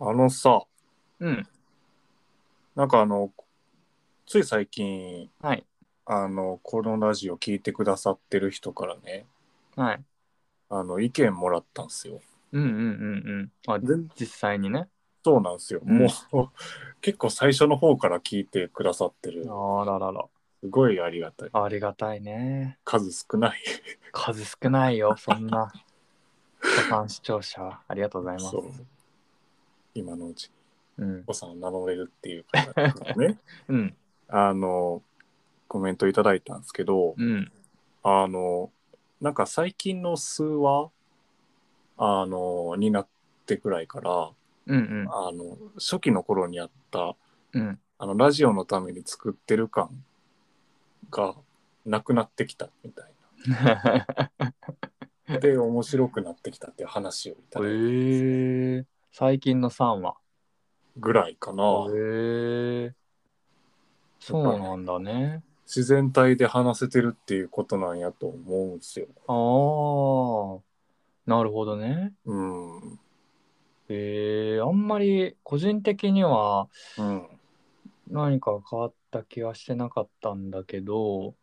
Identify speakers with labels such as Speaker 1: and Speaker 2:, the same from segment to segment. Speaker 1: あのさ、
Speaker 2: うん。
Speaker 1: なんかあの、つい最近、
Speaker 2: はい。
Speaker 1: あの、このラジオ聞いてくださってる人からね、
Speaker 2: はい。
Speaker 1: あの、意見もらったんですよ。
Speaker 2: うんうんうんうん。あ、
Speaker 1: 全
Speaker 2: 実際にね。
Speaker 1: そうなんですよ。
Speaker 2: うん
Speaker 1: もう、結構最初の方から聞いてくださってる。
Speaker 2: あららら。
Speaker 1: すごいありがたい。
Speaker 2: ありがたいね。
Speaker 1: 数少ない。
Speaker 2: 数少な いよ、そんな。初参視聴者、ありがとうございます
Speaker 1: そ。う。今のうち、
Speaker 2: うん。
Speaker 1: おさんを名乗れるっていう方からね、
Speaker 2: うん。
Speaker 1: あの、コメントいただいたんですけど、
Speaker 2: うん。
Speaker 1: あの、なんか最近の数話、あの、になってくらいから、
Speaker 2: うん
Speaker 1: あの、初期の頃にあった、
Speaker 2: うん。うん。
Speaker 1: あの、ラジオのために作ってる感がなくなってきたみたいな。で、面白くなってきたっていう話をい
Speaker 2: え
Speaker 1: ただいた
Speaker 2: ー、 最近の3話。
Speaker 1: ぐらいかな。
Speaker 2: えー、そうなんだね。
Speaker 1: 自然体で話せてるっていうことなんやと思うんですよ。
Speaker 2: あー、なるほどね。
Speaker 1: うん。うん。
Speaker 2: えー、あんまり個人的には何か変わった気はしてなかったんだけど、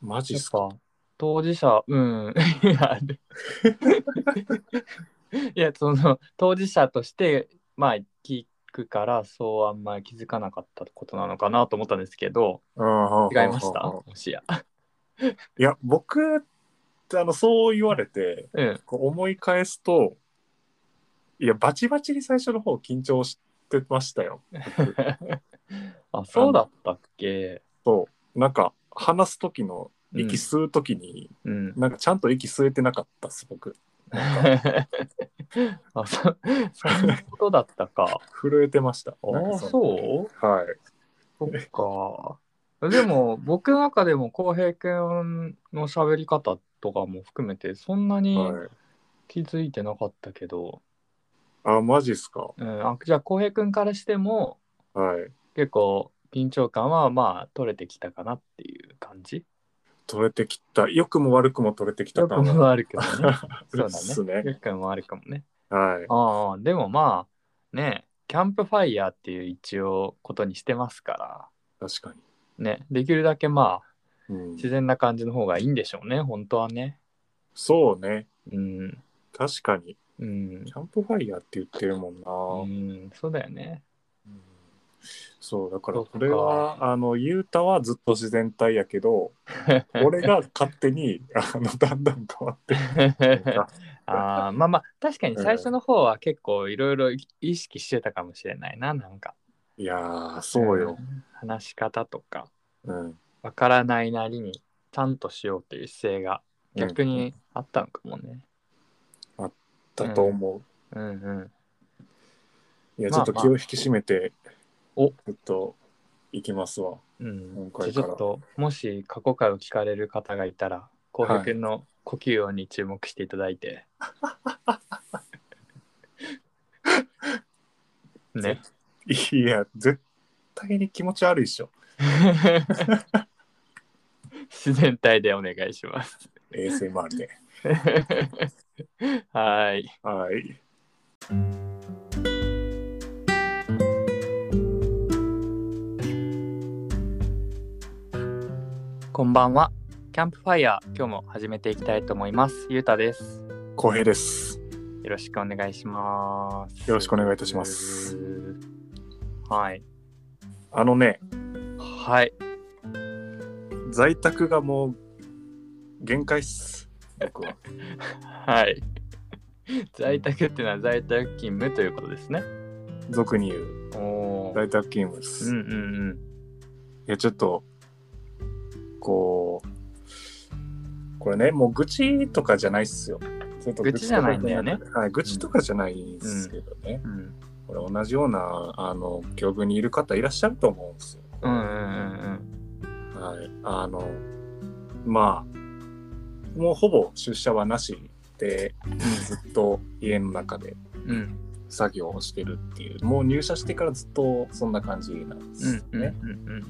Speaker 1: マジっ
Speaker 2: やっ
Speaker 1: すか。
Speaker 2: ぱ当事者、うん、 いや、でいやその当事者として、まあ、聞くから、そうあんまり気づかなかったことなのかなと思ったんですけど、違
Speaker 1: 違
Speaker 2: いましたもしや。
Speaker 1: いや、僕ってあの、そう言われて、
Speaker 2: うん、
Speaker 1: こう思い返すと、いや、バチバチに最初の方緊張してましたよ。
Speaker 2: あ、そうだったっけ
Speaker 1: そう。なんか、話す時の、息吸う時に、
Speaker 2: うん。
Speaker 1: なんかちゃんと息吸えてなかったっす、僕。
Speaker 2: あ、そ、そんなことだったか。
Speaker 1: 震えてました。
Speaker 2: あ
Speaker 1: なん
Speaker 2: あ、
Speaker 1: かの
Speaker 2: そう
Speaker 1: はい。
Speaker 2: そっか。でも、僕の中でも、浩平君の喋り方とかも含めて、そんなに
Speaker 1: はい、
Speaker 2: 気づいてなかったけど、
Speaker 1: あ、マジっすか。
Speaker 2: うん、あじゃあ、浩平君からしても、
Speaker 1: はい。
Speaker 2: 結構、緊張感は、まあ、取れてきたかなっていう感じ。
Speaker 1: 取れてきた。良くも悪くも取れてきた
Speaker 2: 良
Speaker 1: 感
Speaker 2: く
Speaker 1: が
Speaker 2: も悪くもね。 そう
Speaker 1: っ
Speaker 2: だ
Speaker 1: す
Speaker 2: ね。
Speaker 1: ね。
Speaker 2: 良くも悪くもね。
Speaker 1: はい。
Speaker 2: ああ、でもまあ、ね、キャンプファイヤーっていう一応ことにしてますから、
Speaker 1: 確か
Speaker 2: ね、できるだけまあ、
Speaker 1: に。うん、
Speaker 2: 自然な感じの方がいいんでしょうね、本当はね。
Speaker 1: そうね。
Speaker 2: うん。
Speaker 1: 確かに。
Speaker 2: うん
Speaker 1: キ。ャンプファイヤーって言ってるもんな。
Speaker 2: うん、そうだよね。
Speaker 1: うんそうだから
Speaker 2: そっ
Speaker 1: こ
Speaker 2: か
Speaker 1: れはあの雄太はずっと自然体やけ ど俺が勝手にあのだんだん変わってる
Speaker 2: あーまあまあ、確かに最初の方は結構いろいろ意識してたかもしれないな、なんか。
Speaker 1: いやーそうよ、
Speaker 2: ん。話し方とか、
Speaker 1: うん、
Speaker 2: わからないなりに、ちゃんとしようという姿勢が逆にあったのかもね。
Speaker 1: だと思う、
Speaker 2: うんうん。
Speaker 1: いやち
Speaker 2: ま
Speaker 1: ょ
Speaker 2: あ
Speaker 1: っと気を引き締めて、
Speaker 2: お
Speaker 1: ちょっと行きますわ
Speaker 2: うん
Speaker 1: 今、回
Speaker 2: じゃあちょっともし過去回を聞かれる方がいたら浩平君の呼吸音に注目していただいて、ね
Speaker 1: いや絶対に気持ち悪いっしょ
Speaker 2: 自然体でお願いします
Speaker 1: ASMR で
Speaker 2: はい
Speaker 1: はい
Speaker 2: こんばんはキャンプファイヤー今日も始めていきたいと思いますゆうたです
Speaker 1: 浩平です
Speaker 2: よろしくお願いします
Speaker 1: よろしくお願いいたします
Speaker 2: はい
Speaker 1: あのね
Speaker 2: はい
Speaker 1: 在宅がもう限界っす僕は
Speaker 2: はい。在宅っていうのは在宅勤務ということですね。
Speaker 1: 俗に言う
Speaker 2: おおー。
Speaker 1: 在宅勤務です、
Speaker 2: うんうん
Speaker 1: いや、ちょっと、こう、これね、もう愚痴とかじゃないっすよ。ちょっと
Speaker 2: 愚痴じゃないんだよね
Speaker 1: 愚痴とかじゃなくてはい、愚痴とかじゃないんですけどね。
Speaker 2: うん。うん
Speaker 1: これ同じような、あの、境遇にいる方いらっしゃると思うんですよ。
Speaker 2: うんうん
Speaker 1: はい。あの、まあ、もうほぼ出社はなしで、ずっと家の中で
Speaker 2: うんうん。うん
Speaker 1: 作業をしてるっていう、もう入社してからずっとそんな感じなんです
Speaker 2: う
Speaker 1: ね
Speaker 2: ん。うんうんうん。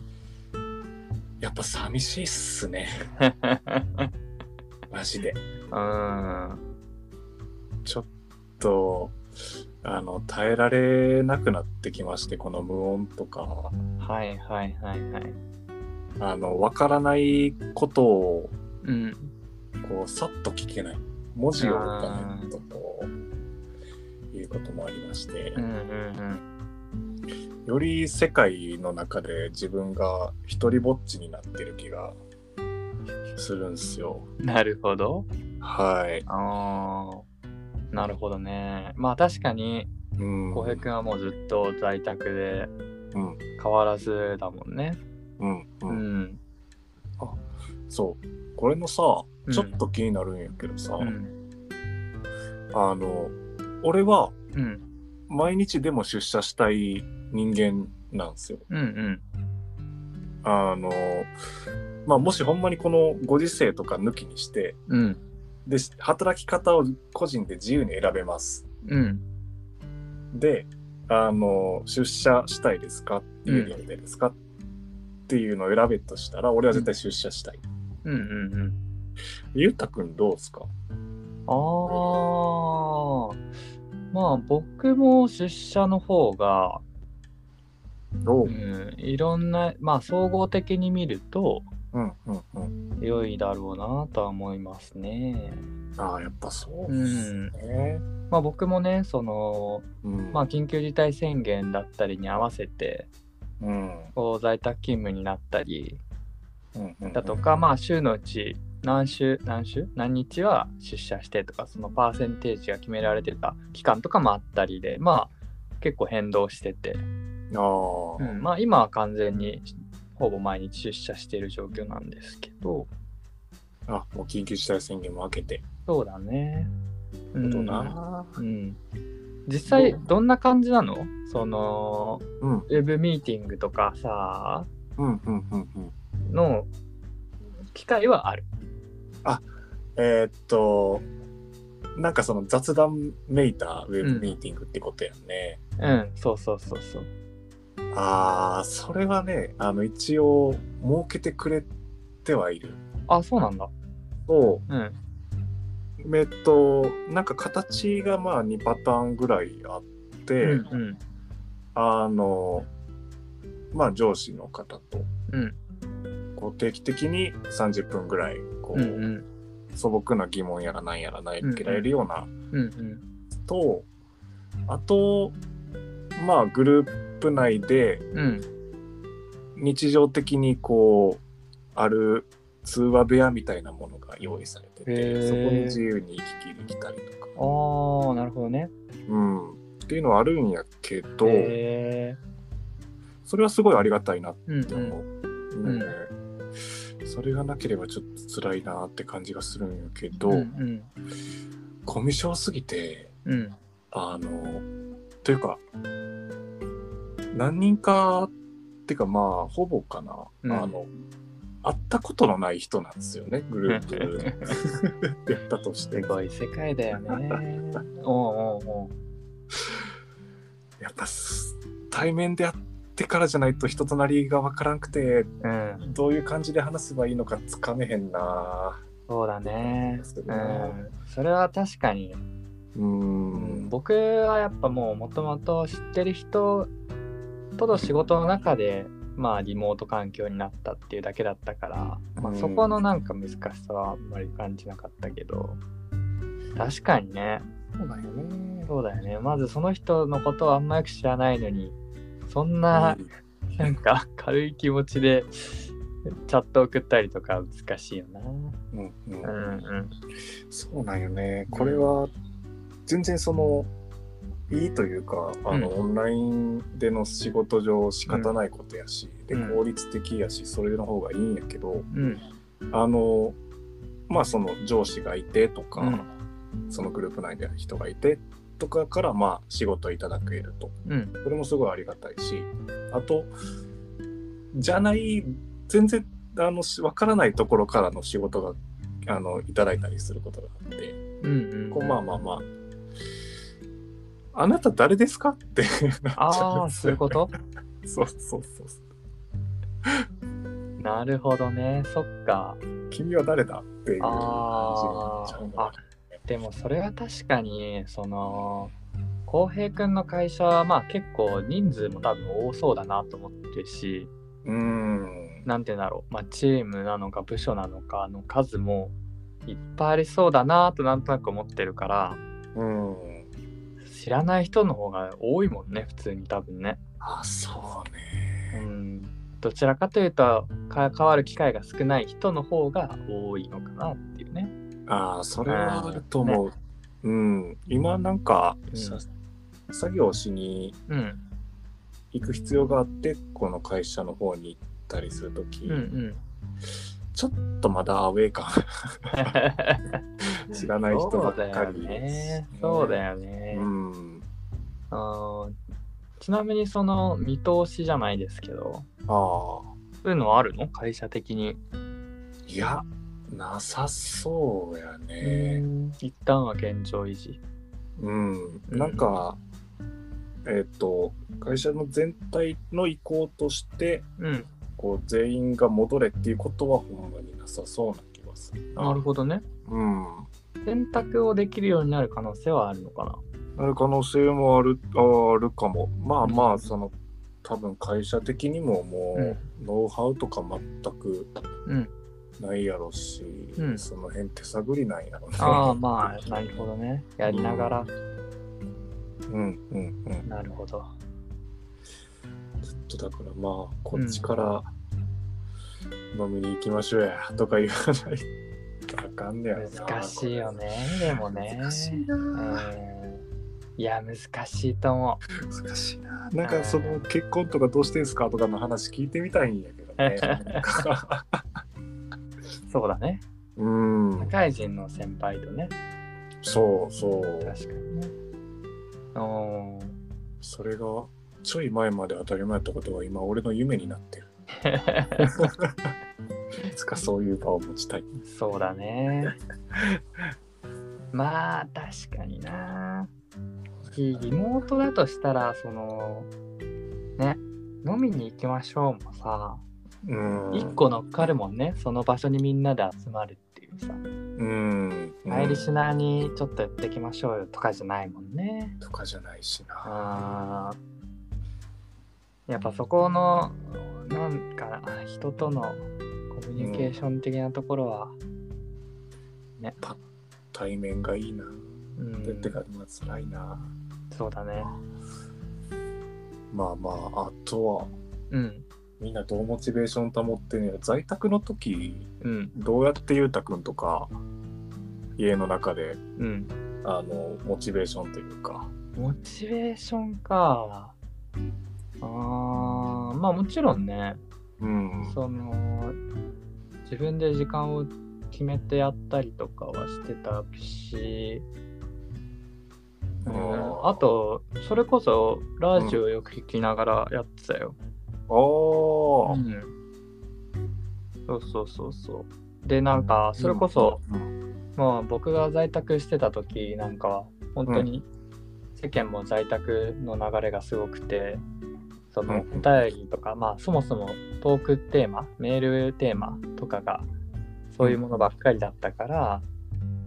Speaker 1: やっぱ寂しいっすね、マジで。
Speaker 2: うん
Speaker 1: ちょっと、あの耐えられなくなってきましてこの無音とか
Speaker 2: はいはいはいはい。
Speaker 1: あの分からないことを
Speaker 2: うん。
Speaker 1: こうさっと聞けない文字を打たないとこういうこともありまして
Speaker 2: うんうんうん。
Speaker 1: より世界の中で自分が一人ぼっちになってる気がするんすよ
Speaker 2: なるほど。
Speaker 1: はい
Speaker 2: ああ。なるほどね。まあ確かに、
Speaker 1: うん
Speaker 2: 浩平君はもうずっと在宅で
Speaker 1: うん
Speaker 2: 変わらずだもんね。
Speaker 1: うんう
Speaker 2: うんん。
Speaker 1: そうこれのさ
Speaker 2: うん
Speaker 1: ちょっと気になるんやけどさ、
Speaker 2: うん。
Speaker 1: あの俺は
Speaker 2: うん。
Speaker 1: 毎日でも出社したい人間なんですよ。
Speaker 2: うん。うん。
Speaker 1: あのまあもしほんまにこのご時世とか抜きにして
Speaker 2: うん。
Speaker 1: で働き方を個人で自由に選べます。
Speaker 2: うん。
Speaker 1: であの出社したいですか家でやりたいですか、っていうのを選べとしたら俺は絶対出社したい。
Speaker 2: うん。うん。うん。
Speaker 1: ゆうたくんどうですか
Speaker 2: ああ、まあ僕も出社の方が、
Speaker 1: ど
Speaker 2: う、
Speaker 1: うん
Speaker 2: いろんな、まあ総合的に見ると
Speaker 1: うんうんうん。
Speaker 2: 良いだろうなとは思いますね。
Speaker 1: ああやっぱそうですね。
Speaker 2: まあ僕もね、その、
Speaker 1: うん
Speaker 2: まあ緊急事態宣言だったりに合わせて、
Speaker 1: うん
Speaker 2: こう在宅勤務になったり
Speaker 1: うんうん
Speaker 2: だとか、まあ週のうち何週、何週、何日は出社してとか、そのパーセンテージが決められてた期間とかもあったりで、まあ結構変動してて。
Speaker 1: ああ、
Speaker 2: うん、まあ今は完全にほぼ毎日出社している状況なんですけど、
Speaker 1: あもう緊急事態宣言も明けて。
Speaker 2: そうだね。う
Speaker 1: こと
Speaker 2: ん、
Speaker 1: な。
Speaker 2: うん、実際
Speaker 1: どう
Speaker 2: どんな感じなのその
Speaker 1: うん
Speaker 2: ウェブミーティングとかさ
Speaker 1: うんうんうんうん。
Speaker 2: の機会はある。
Speaker 1: えーっと、なんかその雑談めいたウェブミーティングってことやね。
Speaker 2: うん、そうそうそうそう。
Speaker 1: ああ、それはね、あの一応設けてくれてはいる。
Speaker 2: あ、そうなんだ。
Speaker 1: と、
Speaker 2: うん。
Speaker 1: えっと、なんか形がまあ2パターンぐらいあって、
Speaker 2: うんうん
Speaker 1: あの、まあ上司の方と、
Speaker 2: うん
Speaker 1: こう定期的に30分ぐらい、こ
Speaker 2: う
Speaker 1: う、
Speaker 2: んうん
Speaker 1: 素朴な疑問やらなんやらないけられるような
Speaker 2: うん
Speaker 1: とあとまあグループ内で
Speaker 2: うんうん
Speaker 1: 日常的にこうある通話部屋みたいなものが用意されて
Speaker 2: へ
Speaker 1: て
Speaker 2: ー
Speaker 1: そこに自由に行き来できたりと
Speaker 2: あ
Speaker 1: か、
Speaker 2: ーなるほどね。
Speaker 1: うん、っていうのはあるんやけど
Speaker 2: へ
Speaker 1: それはすごいありがたいなっ
Speaker 2: ーうん
Speaker 1: て
Speaker 2: うん
Speaker 1: 思う。うんそれがなければちょっと辛いなって感じがするんやけど、
Speaker 2: うん
Speaker 1: コミュ障すぎて
Speaker 2: うんうん
Speaker 1: あの、というか、何人かってかまあ、ほぼかな、
Speaker 2: うん
Speaker 1: あの、会ったことのない人なんですよね、グルー プでやったとして
Speaker 2: す。ごい世界だよね。 おうおうおう
Speaker 1: やっぱす、対面でやってからじゃないと人となりがわからんくて、
Speaker 2: うん、
Speaker 1: どういう感じで話せばいいのかつかめへんな
Speaker 2: そうだね。う
Speaker 1: うん
Speaker 2: ん、それは確かに、
Speaker 1: うーん。
Speaker 2: 僕はやっぱもうもともと知ってる人との仕事の中で、まあ、リモート環境になったっていうだけだったから、ま
Speaker 1: うん
Speaker 2: あ、そこのなんか難しさはあんまり感じなかったけど確かにね
Speaker 1: そうだよね。
Speaker 2: そうだよねまずその人のことをあんまよく知らないのにそんななんか軽い気持ちでチャット送ったりとか難しいよな。
Speaker 1: うんうん
Speaker 2: うんうん
Speaker 1: そうなんよね。これは全然そのいいというかあの、
Speaker 2: う
Speaker 1: オンラインでの仕事上仕方ないことやし、
Speaker 2: うん
Speaker 1: で効率的やしそれの方がいいんやけど
Speaker 2: うん
Speaker 1: あのまあその上司がいてとか、
Speaker 2: うん
Speaker 1: そのグループ内で人がいてとかからまあ仕事いただけると
Speaker 2: うん
Speaker 1: それもすごいありがたいしあとじゃない全然あのわからないところからの仕事があのいただいたりすることがあって。
Speaker 2: うんうん
Speaker 1: こうまあまあまあ。あなた誰ですかってなっちゃ
Speaker 2: あ
Speaker 1: うん
Speaker 2: あ
Speaker 1: で
Speaker 2: そう
Speaker 1: す
Speaker 2: いう
Speaker 1: よ
Speaker 2: こ
Speaker 1: ね
Speaker 2: と
Speaker 1: そうそうそうそ
Speaker 2: なるほどねそっか
Speaker 1: う。君は誰だっていう感じにな
Speaker 2: あ
Speaker 1: っちゃうの
Speaker 2: あ
Speaker 1: が
Speaker 2: あでもそれは確かにその浩平君の会社はまあ結構人数も多分多そうだなと思ってるし
Speaker 1: うーん。
Speaker 2: なんて言うんだろう、まあ、チームなのか部署なのかの数もいっぱいありそうだなとなんとなく思ってるから
Speaker 1: うん。
Speaker 2: 知らない人の方が多いもんね普通に多分ね。
Speaker 1: あ、そうね。
Speaker 2: うんどちらかというと関わる機会が少ない人の方が多いのかなっていうね。
Speaker 1: ああ、それはあると思う。うん。今なんか、
Speaker 2: うん
Speaker 1: さ作業しに
Speaker 2: うん
Speaker 1: 行く必要があって、この会社の方に行ったりするとき、
Speaker 2: うんうん。
Speaker 1: ちょっとまだアウェイ感知らない人ばっかりですね
Speaker 2: そうだよね。そうだよね
Speaker 1: うん。
Speaker 2: あーちなみにその見通しじゃないですけど、
Speaker 1: ああ。
Speaker 2: そういうのはあるの会社的に。
Speaker 1: いや、なさそうやね。
Speaker 2: 一旦は現状維持。
Speaker 1: うん。なんか、えっ、と、会社の全体の意向として、
Speaker 2: うん。
Speaker 1: こう、全員が戻れっていうことは、ほんまになさそうな気がするな。
Speaker 2: なるほどね。
Speaker 1: うん。
Speaker 2: 選択をできるようになる可能性はあるのかな。
Speaker 1: なる可能性もある、ああるかも。まあまあ、その、多分会社的にももう、ノウハウとか全く
Speaker 2: うん。
Speaker 1: ないやろし、
Speaker 2: うん
Speaker 1: その辺手探りなんやろね。
Speaker 2: ああ、まあ、なるほどね。やりながら。
Speaker 1: うんうんうん。
Speaker 2: なるほど。
Speaker 1: ずっとだからまあこっちから飲みに行きましょうやとか言わないとあかんねやろな
Speaker 2: 難しいよね。でもね。
Speaker 1: 難しい
Speaker 2: うん
Speaker 1: な、
Speaker 2: いや、難しいと思
Speaker 1: 難しいななんかその結婚とかどうしてんすかとかの話聞いてみたいんやけど ねなんか
Speaker 2: う。そうだね。
Speaker 1: うん
Speaker 2: 社会人の先輩とね。
Speaker 1: そうそう
Speaker 2: 確かにね。おー
Speaker 1: それがちょい前まで当たり前だったことが今俺の夢になってるいつかそういう場を持ちたい
Speaker 2: そうだね。 まあ、確かにな。リモートだとしたら、その、ね、飲みに行きましょうもさ、
Speaker 1: うん
Speaker 2: 一個乗っかるもんね。その場所にみんなで集まるっていうさ。
Speaker 1: うん
Speaker 2: アイリッシュナーにちょっとやってきましょうよとかじゃないもんね。
Speaker 1: とかじゃないしな
Speaker 2: あーやっぱそこのなんかあ人とのコミュニケーション的なところは、
Speaker 1: 対面がいいな
Speaker 2: うん
Speaker 1: 出てからまあ辛いな、
Speaker 2: そうだね。
Speaker 1: まあまああとは
Speaker 2: うん
Speaker 1: みんなどうモチベーション保ってんねや在宅の時
Speaker 2: うん
Speaker 1: どうやってゆうたくんとか家の中で
Speaker 2: うん。
Speaker 1: あのモチベーションというか
Speaker 2: モチベーションか。あーまあもちろんね、
Speaker 1: うん
Speaker 2: その自分で時間を決めてやったりとかはしてたし、うんあとそれこそラジオよく聞きながらやってたよ。
Speaker 1: ああ
Speaker 2: そうそうそうそう。でなんかそれこそ、、
Speaker 1: うん
Speaker 2: まあ僕が在宅してた時なんかは本当に世間も在宅の流れがすごくてそのお
Speaker 1: うん
Speaker 2: 便りとか、まあそもそもトークテーマメールテーマとかがそういうものばっかりだったから、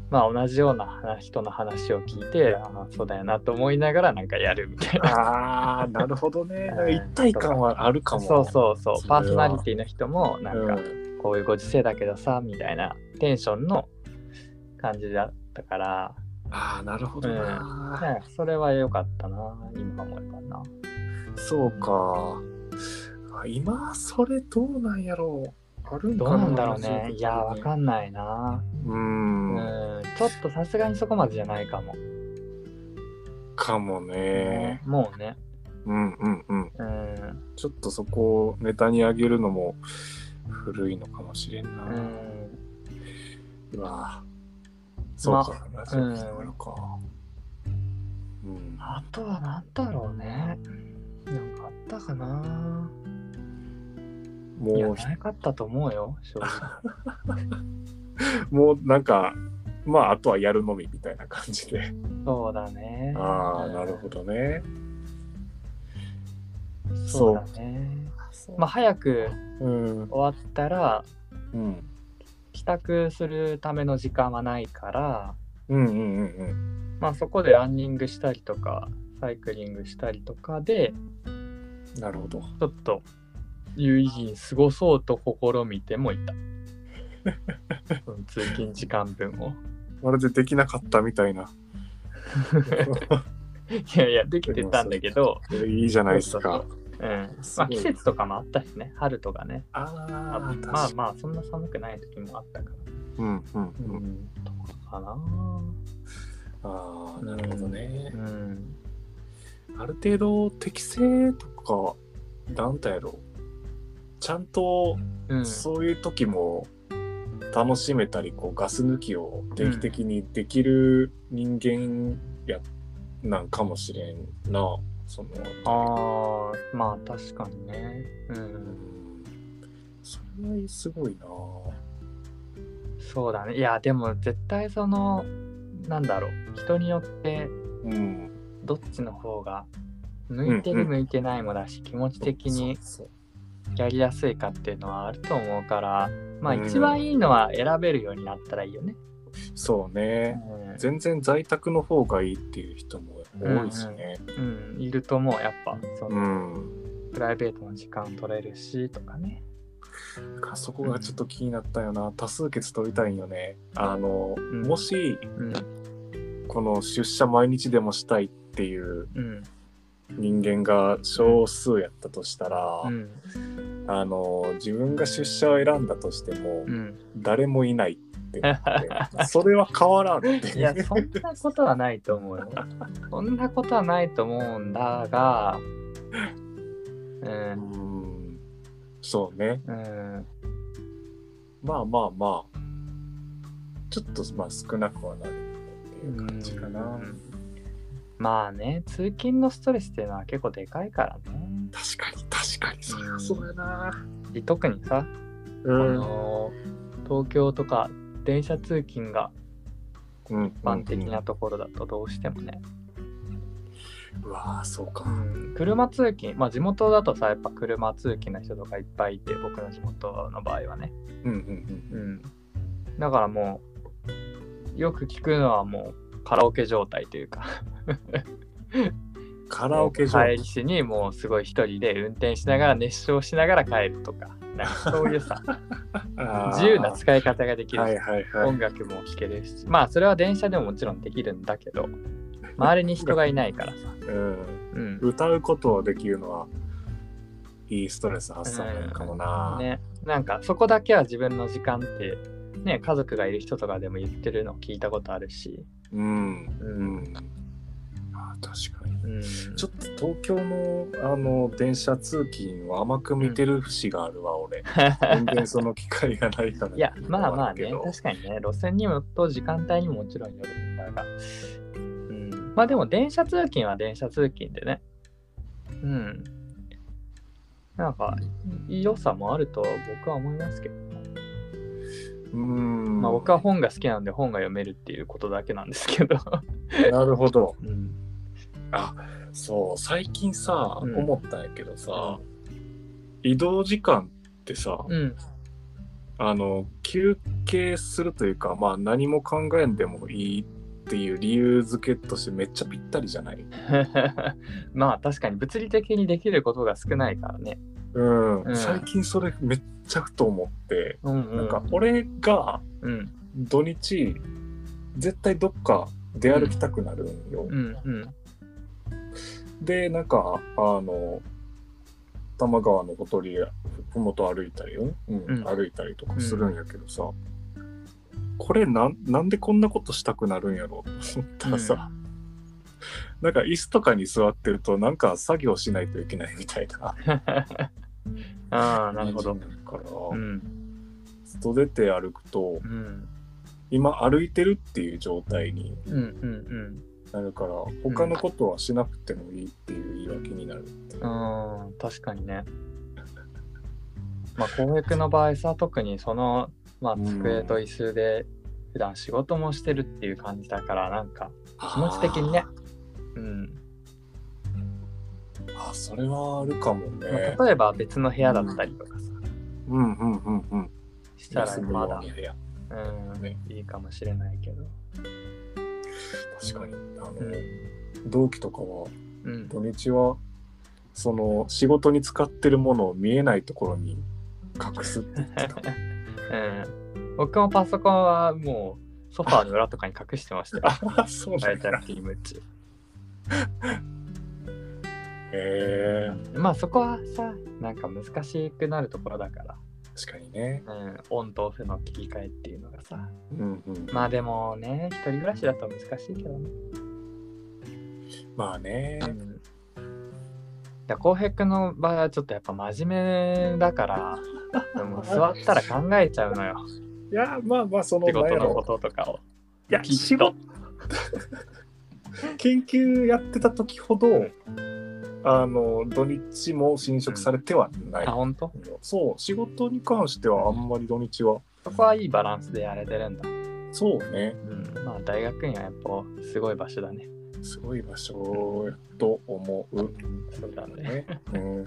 Speaker 2: まあ同じような話人の話を聞いてああそうだよなと思いながらなんかやるみたいな。
Speaker 1: ああなるほど ね
Speaker 2: うん
Speaker 1: 一体感はあるかも
Speaker 2: そうそうそう
Speaker 1: それ
Speaker 2: パ
Speaker 1: は
Speaker 2: ーソナリティの人もなんか、
Speaker 1: ん
Speaker 2: こういうご時世だけどさみたいなテンションの感じだったから
Speaker 1: ああなるほどな、
Speaker 2: ねそれは良かったな今思えばな
Speaker 1: そうか。あ今、それどうなんやろう。あるん
Speaker 2: ど
Speaker 1: か
Speaker 2: う
Speaker 1: な
Speaker 2: なんだろうねいやわか
Speaker 1: ん
Speaker 2: んないな
Speaker 1: う。
Speaker 2: うんんちょっとさすがにそこまでじゃないかも、
Speaker 1: かもね。
Speaker 2: もうね
Speaker 1: うんうんうん。
Speaker 2: うん、
Speaker 1: ちょっとそこをネタに上げるのも古いのかもしれんな。
Speaker 2: う、
Speaker 1: うんわそうか。ラジオ聞こえるか。うん。
Speaker 2: あとはなんだろうねなんかあったかな
Speaker 1: も
Speaker 2: いや
Speaker 1: う
Speaker 2: なかったと思うよ正 直
Speaker 1: もうなんか、まあ、あとはやるのみみたいな感じで。
Speaker 2: そうだね
Speaker 1: ああ、なるほどね。
Speaker 2: そうだねまあ早く
Speaker 1: うん。
Speaker 2: 終わったら
Speaker 1: うん。
Speaker 2: 帰宅するための時間はないから、
Speaker 1: うんうんうんうん。
Speaker 2: まあ、そこでランニングしたりとかサイクリングしたりとかで、
Speaker 1: なるほど。
Speaker 2: ちょっと有意義に過ごそうと試みてもい た。その通勤時間分を。
Speaker 1: まるでできなかったみたいな。
Speaker 2: いやいや、できてたんだけど、
Speaker 1: いいじゃないですか。
Speaker 2: うん
Speaker 1: す
Speaker 2: まあ、
Speaker 1: ごい
Speaker 2: 季節とかもあったしね、春とかね。
Speaker 1: あ
Speaker 2: あ
Speaker 1: あー、
Speaker 2: まあ
Speaker 1: 確か
Speaker 2: まあ、そんな寒くない時もあったから。
Speaker 1: に。うんうん
Speaker 2: う
Speaker 1: うん。
Speaker 2: ん、とかな。
Speaker 1: ああ、なるほどね
Speaker 2: う。ん。
Speaker 1: ある程度適正とか、なんだやろちゃんと
Speaker 2: うん、
Speaker 1: そういう時も楽しめたり、こうガス抜きを定期的にできる人間や、なんかもしれんな。その
Speaker 2: ああ、まあ確かにね。う。
Speaker 1: うんんそれはすごいな。
Speaker 2: そうだね。いや、でも絶対その、なんだろう、人によって
Speaker 1: うん。
Speaker 2: どっちの方が向いて
Speaker 1: う
Speaker 2: る
Speaker 1: ん
Speaker 2: 向いてないもだし、気持ち的に
Speaker 1: そう
Speaker 2: やりやすいかっていうのはあると思うから、まあ
Speaker 1: うん
Speaker 2: 一番いいのは選べるようになったらいいよね。
Speaker 1: そうそうね。
Speaker 2: う
Speaker 1: 全然在宅の方がいいっていう人も多いしね。
Speaker 2: ん、うん、いると思う。やっぱ、その
Speaker 1: うん。
Speaker 2: プライベートの時間取れるしとかね。
Speaker 1: だからそこがちょっと気になったよな。多数決取りたいんよね。あの、
Speaker 2: ん
Speaker 1: もし、
Speaker 2: うん、
Speaker 1: この出社毎日でもしたいっていう
Speaker 2: うん、
Speaker 1: 人間が少数やったとしたら、
Speaker 2: うん、
Speaker 1: あの、自分が出社を選んだとしても
Speaker 2: う、ん。
Speaker 1: 誰もいないってな って、それは変わらんって
Speaker 2: いや、そんなことはないと思うよ。 そんなことはないと思うんだが、
Speaker 1: う
Speaker 2: うん、
Speaker 1: ん。そうね。
Speaker 2: うん、
Speaker 1: まあまあまあ、ちょっとまあ少なくはなるっていう感じかな。
Speaker 2: うんまあね、通勤のストレスっていうのは結構でかいからね。
Speaker 1: 確かに確かにそりゃそうやな。
Speaker 2: で特にさ、
Speaker 1: う
Speaker 2: あの東京とか電車通勤が
Speaker 1: うん、
Speaker 2: 一般的なところだとどうしてもね、
Speaker 1: うんうわあそうか。
Speaker 2: うん車通勤、まあ地元だとさ、やっぱ車通勤の人とかいっぱいいて、僕の地元の場合はね。
Speaker 1: うんうん
Speaker 2: う
Speaker 1: うん
Speaker 2: ん、だからもうよく聞くのはもうカラオケ状態というか
Speaker 1: うん。カラオケ場
Speaker 2: 帰りしにもうすごい一人で運転しながら熱唱しながら帰るとかなんかそうい うさ自由な使い方ができる
Speaker 1: は
Speaker 2: し、
Speaker 1: いはいはい。
Speaker 2: 音楽も聴けるしまあそれは電車でももちろんできるんだけど周りに人がいないからさ、
Speaker 1: うん、
Speaker 2: うん
Speaker 1: 歌うことをできるのはいいストレス発散になるかもな。
Speaker 2: ね、なんかそこだけは自分の時間って、ね、家族がいる人とかでも言ってるの聞いたことあるし、
Speaker 1: うん
Speaker 2: う
Speaker 1: うんん。あー確かに。
Speaker 2: うん、
Speaker 1: ちょっと東京のあの電車通勤を甘く見てる節がある わ、俺。全然その機会がないから。
Speaker 2: いや、まあまあね、
Speaker 1: ど
Speaker 2: 確かにね、路線にもと時間帯にももちろんよるんだが、うん、まあでも電車通勤は電車通勤でね、うん、なんか良さもあると僕は思いますけど、
Speaker 1: うん。
Speaker 2: まあ僕は本が好きなんで本が読めるっていうことだけなんですけど、
Speaker 1: なるほど。
Speaker 2: うん、
Speaker 1: そう、最近さ、
Speaker 2: うん
Speaker 1: 思ったんやけどさ、移動時間ってさ、
Speaker 2: うん、
Speaker 1: あの、休憩するというか、まあ何も考えんでもいいっていう理由付けとしてめっちゃぴったりじゃない
Speaker 2: まあ確かに物理的にできることが少ないからね、
Speaker 1: うん、
Speaker 2: うん
Speaker 1: 最近それめっちゃふと思って、
Speaker 2: うんうん、
Speaker 1: なんか俺が
Speaker 2: うん、
Speaker 1: 土日、絶対どっか出歩きたくなるんよ。
Speaker 2: うん、うん、
Speaker 1: で、なんか、あの、多摩川のほとりや、ふもと歩いたり、うん
Speaker 2: うん
Speaker 1: 歩いたりとかするんやけどさ、これなん、なんでこんなことしたくなるんやろうと思ったらさ、なんか椅子とかに座ってると、なんか作業しないといけないみたいな。
Speaker 2: ああ、なるほど。
Speaker 1: 感じになるから、
Speaker 2: うん、
Speaker 1: 外出て歩くと、
Speaker 2: うん、
Speaker 1: 今歩いてるっていう状態に
Speaker 2: うん、うん、うん。
Speaker 1: なるから、他のことはしなくてもいいっていう言い訳になるっていう
Speaker 2: う。ーん、確かにね。まあ、公約の場合さ、特にその、まあ、
Speaker 1: うん
Speaker 2: 机と椅子で普段仕事もしてるっていう感じだから、なんか、気持ち的にね。うん
Speaker 1: あー。あー、それはあるかもね。
Speaker 2: まあ、例えば別の部屋だったりとかさ、
Speaker 1: うんうんうんうん。
Speaker 2: したらまだ、
Speaker 1: いや、
Speaker 2: うん
Speaker 1: ね、
Speaker 2: いいかもしれないけど。
Speaker 1: 確かに。あの、
Speaker 2: うん
Speaker 1: 同期とかは
Speaker 2: うん
Speaker 1: 土日はその仕事に使ってるものを見えないところに隠すって言ってた
Speaker 2: うん、僕もパソコンはもうソファーの裏とかに隠してました よ。
Speaker 1: あそうな
Speaker 2: ライ
Speaker 1: ん
Speaker 2: タ
Speaker 1: だ
Speaker 2: ーゲーム中。
Speaker 1: へえ
Speaker 2: まあそこはさ、なんか難しくなるところだか
Speaker 1: 確かにね
Speaker 2: ら、うん、オンとオフの切り替えっていうのがさ。
Speaker 1: うんうん
Speaker 2: まあでもね、一人暮らしだと難しいけどね。
Speaker 1: まあね
Speaker 2: うん。だ浩平君の場合はちょっとやっぱ真面目だ から、でも座ったら考えちゃうの よ。
Speaker 1: いやまあまあその
Speaker 2: 仕事
Speaker 1: なんや
Speaker 2: の
Speaker 1: ろ
Speaker 2: こととかを。
Speaker 1: いや
Speaker 2: きっと
Speaker 1: 仕事 研究やってた時ほどあの土日も侵食されてはない
Speaker 2: あ、、本当？
Speaker 1: そう仕事に関してはあんまり土日は
Speaker 2: そこはいいバランスでやれてるんだ。
Speaker 1: そうね
Speaker 2: うん、まあ大学院はやっぱすごい場所だね。
Speaker 1: すごい場所やと思う、
Speaker 2: そうだね。
Speaker 1: ねうん、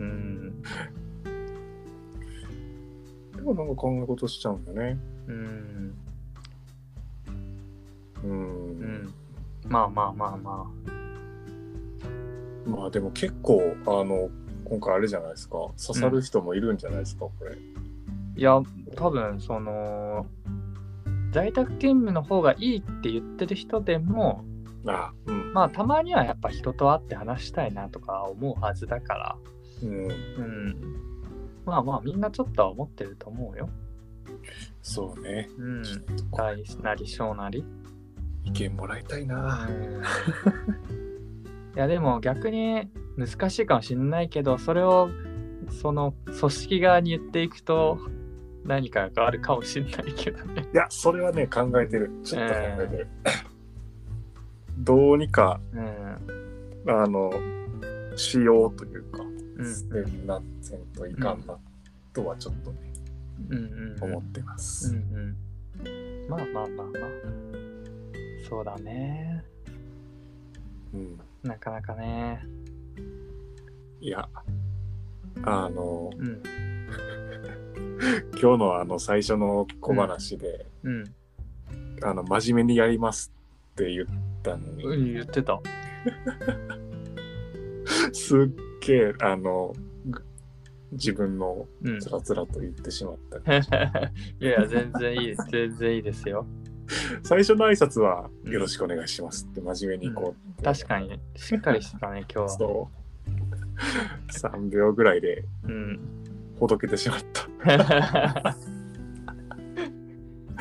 Speaker 2: うん。
Speaker 1: でもなんかこんなことしちゃうんだね
Speaker 2: うん。
Speaker 1: う、
Speaker 2: うんん。まあまあまあま
Speaker 1: まあでも結構あの今回あれじゃないですか刺さる人もいるんじゃないですか、これ
Speaker 2: あ。いや、多分その、在宅勤務の方がいいって言ってる人でも、
Speaker 1: あうん
Speaker 2: まあたまにはやっぱ人と会って話したいなとか思うはずだから、
Speaker 1: うん
Speaker 2: うん。まあまあみんなちょっとは思ってると思うよ。
Speaker 1: そうね
Speaker 2: うん。大なり小なり。
Speaker 1: 意見もらいたいな
Speaker 2: いやでも逆に難しいかもしれないけどそれをその組織側に言っていくと何かがあるかもしれないけどね。
Speaker 1: いやそれはね考えてるちょっと考えてる、どうにか
Speaker 2: うん
Speaker 1: あのしようというか
Speaker 2: うん
Speaker 1: せんなせんといかんなとはちょっとね、
Speaker 2: うんうん
Speaker 1: 思ってま
Speaker 2: うん
Speaker 1: す、
Speaker 2: うんまあまあまあまあそうだね
Speaker 1: うん、
Speaker 2: なかなかね
Speaker 1: いやあの
Speaker 2: うん
Speaker 1: 今日のあの最初の小話で、
Speaker 2: うん
Speaker 1: あの真面目にやりますって言ったのに、
Speaker 2: うん言ってた
Speaker 1: すっげえあのぐ自分の
Speaker 2: うんい
Speaker 1: つ らつらと言ってしまった、
Speaker 2: やいや全然い いです全然いいですよ
Speaker 1: 最初の挨拶は「
Speaker 2: うん
Speaker 1: よろしくお願いします」って真面目にいこうって、
Speaker 2: 確かにしっかりしてたね今日は
Speaker 1: そう3秒ぐらいで
Speaker 2: うん
Speaker 1: ほどけてしまった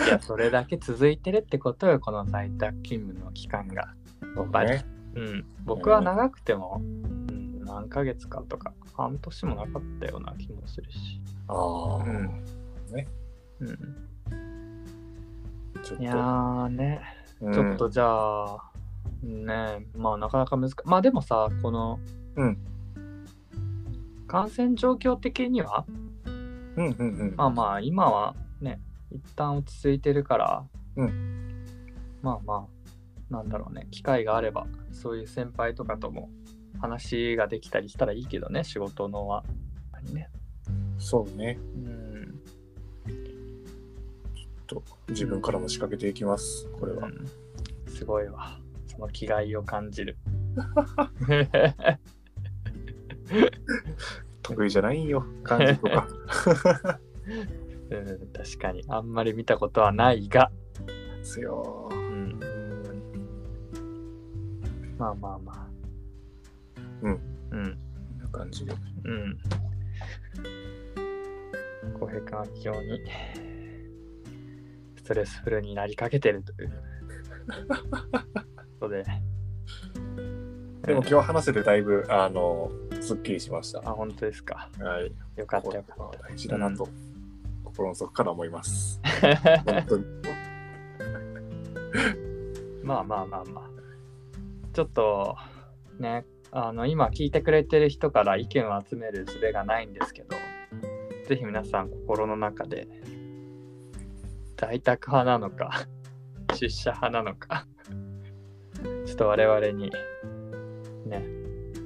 Speaker 2: いやそれだけ続いてるってことよこの在宅勤務の期間が、
Speaker 1: そう
Speaker 2: ぱり
Speaker 1: ね
Speaker 2: うん、僕は長くても、うん、何ヶ月かとか半年もなかったような気もするし、
Speaker 1: ああ、
Speaker 2: うん
Speaker 1: ね
Speaker 2: うん、
Speaker 1: ちょっ
Speaker 2: いやーね
Speaker 1: うん
Speaker 2: ちょっとじゃあ、ねまあなかなか難しいまあでもさこの、
Speaker 1: うん
Speaker 2: 感染状況的には
Speaker 1: うんうんうん
Speaker 2: まあまあ今はね一旦落ち着いてるから、
Speaker 1: う
Speaker 2: まあまあなんだろうね機会があればそういう先輩とかとも話ができたりしたらいいけどね仕事のは。ね、
Speaker 1: そうね
Speaker 2: うん
Speaker 1: ちょっと自分からも仕掛けていきますこれは、
Speaker 2: うんすごいわその気概を感 じる
Speaker 1: 得意じゃないんよ感じとか
Speaker 2: うん確かにあんまり見たことはないが、
Speaker 1: ですよ
Speaker 2: うん、
Speaker 1: うん
Speaker 2: まあまあまあ
Speaker 1: うん
Speaker 2: うん
Speaker 1: こんな感じで
Speaker 2: うん。浩平君は非常にストレスフルになりかけてるという ことで。
Speaker 1: でも
Speaker 2: 日。
Speaker 1: 今日話せてだいぶあのすっきりしました
Speaker 2: あ、本当ですか。
Speaker 1: はい
Speaker 2: よかっ
Speaker 1: こ
Speaker 2: た
Speaker 1: れ
Speaker 2: よか
Speaker 1: は
Speaker 2: っ
Speaker 1: 大事だなと、心の底から思い ます
Speaker 2: た。
Speaker 1: 本当に
Speaker 2: まあまあまあまあ。ちょっとね、あの今聞いてくれてる人から意見を集める術がないんですけど、ぜひ皆さん心の中で、在宅派なのか、 出社派なのか、ちょっと我々にね、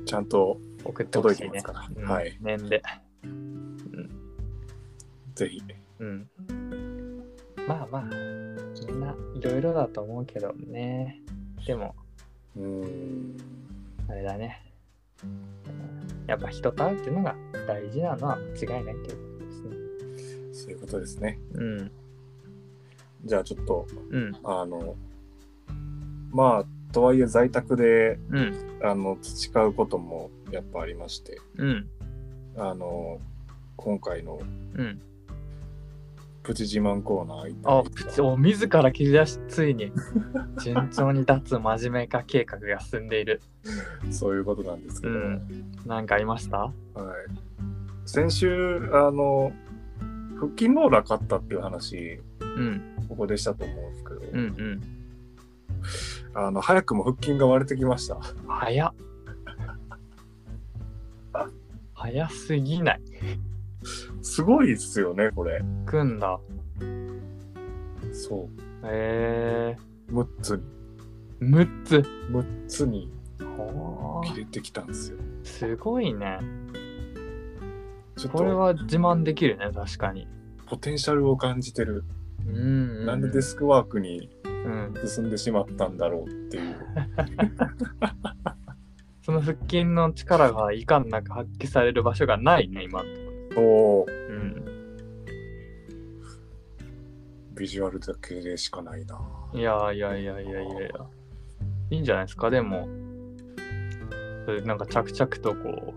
Speaker 1: ちゃんと
Speaker 2: 送ってほ
Speaker 1: 届い
Speaker 2: し
Speaker 1: て
Speaker 2: い
Speaker 1: ま
Speaker 2: ね
Speaker 1: す。から、
Speaker 2: うん
Speaker 1: はい
Speaker 2: 念で。
Speaker 1: ぜひ
Speaker 2: うん。まあまあ、みんないろいろだと思うけどね。でも、
Speaker 1: うん。
Speaker 2: あれだね。やっぱ人と会うっていうのが大事なのは間違いないということですね。
Speaker 1: そういうことですね。
Speaker 2: うん。
Speaker 1: じゃあちょっと、
Speaker 2: うん。
Speaker 1: あの、まあ、とはいえ在宅で、
Speaker 2: うん。
Speaker 1: あの、培うこともやっぱありまして、
Speaker 2: うん。
Speaker 1: あの、今回の
Speaker 2: うん。
Speaker 1: プチ自慢コーナー行
Speaker 2: あ
Speaker 1: ってみた、
Speaker 2: お自ら切り出し、ついに順調に脱真面目化計画が進んでいる。
Speaker 1: そういうことなんですけ
Speaker 2: う
Speaker 1: ど、
Speaker 2: ん。なんかありました
Speaker 1: はい。先週、あの、腹筋ローラー買ったっていう話、
Speaker 2: うん。
Speaker 1: ここでしたと思うんですけど、
Speaker 2: うんうん。
Speaker 1: あの、早くも腹筋が割れてきました。
Speaker 2: 早っ。早すぎない。
Speaker 1: すごいですよね、これ。
Speaker 2: くんだ。
Speaker 1: そ
Speaker 2: え
Speaker 1: う。6つ、
Speaker 2: ー、6つ。
Speaker 1: 6つに
Speaker 2: は
Speaker 1: 切れてきたんですよ。
Speaker 2: あすごいね。
Speaker 1: ちょっ
Speaker 2: これ
Speaker 1: と
Speaker 2: は自慢できるね、確かに。
Speaker 1: ポテンシャルを感じてる。
Speaker 2: うんうん。
Speaker 1: なんでデスクワークに
Speaker 2: うん。
Speaker 1: 進んでしまったんだろうって いう。
Speaker 2: その腹筋の力がいかんなく発揮される場所がないね、今のところ。
Speaker 1: そう
Speaker 2: うん。
Speaker 1: ビジュアルだけでしかないな。
Speaker 2: いやいやいやいやいやいや。いいんじゃないですか、でも。それなんか着々とこ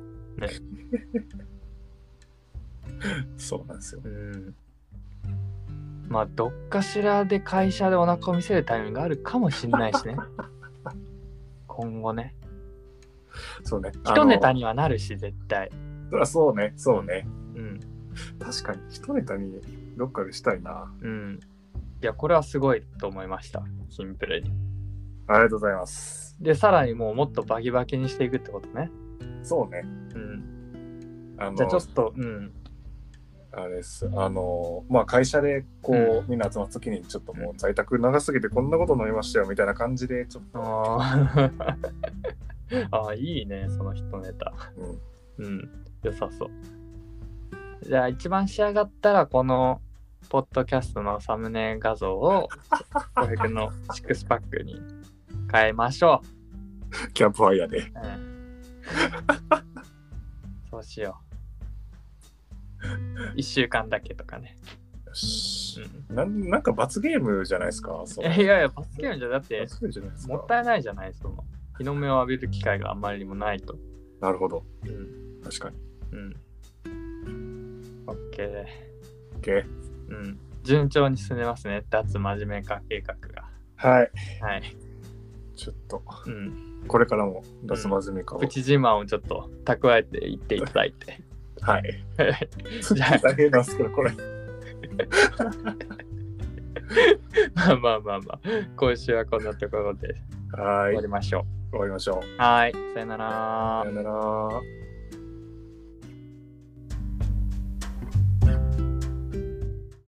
Speaker 1: そうなんですよ。
Speaker 2: う、うん。まあ、どっかしらで会社でお腹を見せるタイミングがあるかもしれな いしね。今後ね。
Speaker 1: そうね。
Speaker 2: 一ネタ
Speaker 1: に。
Speaker 2: にはなるし、絶対。
Speaker 1: あそうね、そうね。
Speaker 2: うん。
Speaker 1: 確かに、一ネタにどっかでしたいな。
Speaker 2: うん。いや、これはすごいと思いました。シンプルに。
Speaker 1: ありがとうございます。
Speaker 2: で、さらにもうもっとバキバキにしていくってことね。
Speaker 1: そうね。
Speaker 2: うん。
Speaker 1: あの
Speaker 2: じゃあちょっと、うん。
Speaker 1: あれです。あの、まあ、会社で、こう、
Speaker 2: う
Speaker 1: みんな集まった時に、ちょっともう在宅長すぎてこんなことになりましたよ、みたいな感じで、ちょっと、
Speaker 2: あー あー、いいね、その人ネタ。
Speaker 1: うん
Speaker 2: うん、良さそう。じゃあ一番仕上がったら、この、ポッドキャストのサムネ画像を、小平君のシックスパックに変えましょ
Speaker 1: キャンプファイヤーで。
Speaker 2: う。うん、そうしよう。一週間だけとかね。
Speaker 1: よし。
Speaker 2: う
Speaker 1: なんなんか罰ゲームじゃないですか、そ
Speaker 2: ん、
Speaker 1: れ
Speaker 2: いやいや、バスケームじゃだって、
Speaker 1: 罰ゲームじゃないです
Speaker 2: もっ
Speaker 1: か。
Speaker 2: たいないじゃない、その。日の目を浴びる機会があんまりにもないと。
Speaker 1: なるほど。
Speaker 2: うん。
Speaker 1: 確かに。
Speaker 2: うん。OK。
Speaker 1: OK。
Speaker 2: うん。順調に進んでますね。脱真面目化計画が。
Speaker 1: はい。
Speaker 2: はい。
Speaker 1: ちょっと、
Speaker 2: うん。
Speaker 1: これからも、脱マズミかを。
Speaker 2: プチ自慢をちょっと蓄えていっていただいて。
Speaker 1: はい。
Speaker 2: じゃあ
Speaker 1: 大変なんですけど、これ。
Speaker 2: まあまあまあまあ。今週はこんなところで
Speaker 1: は
Speaker 2: 終
Speaker 1: い
Speaker 2: わ。りましょ
Speaker 1: 終わりましょう。
Speaker 2: う。はい。さよなら
Speaker 1: さよなら。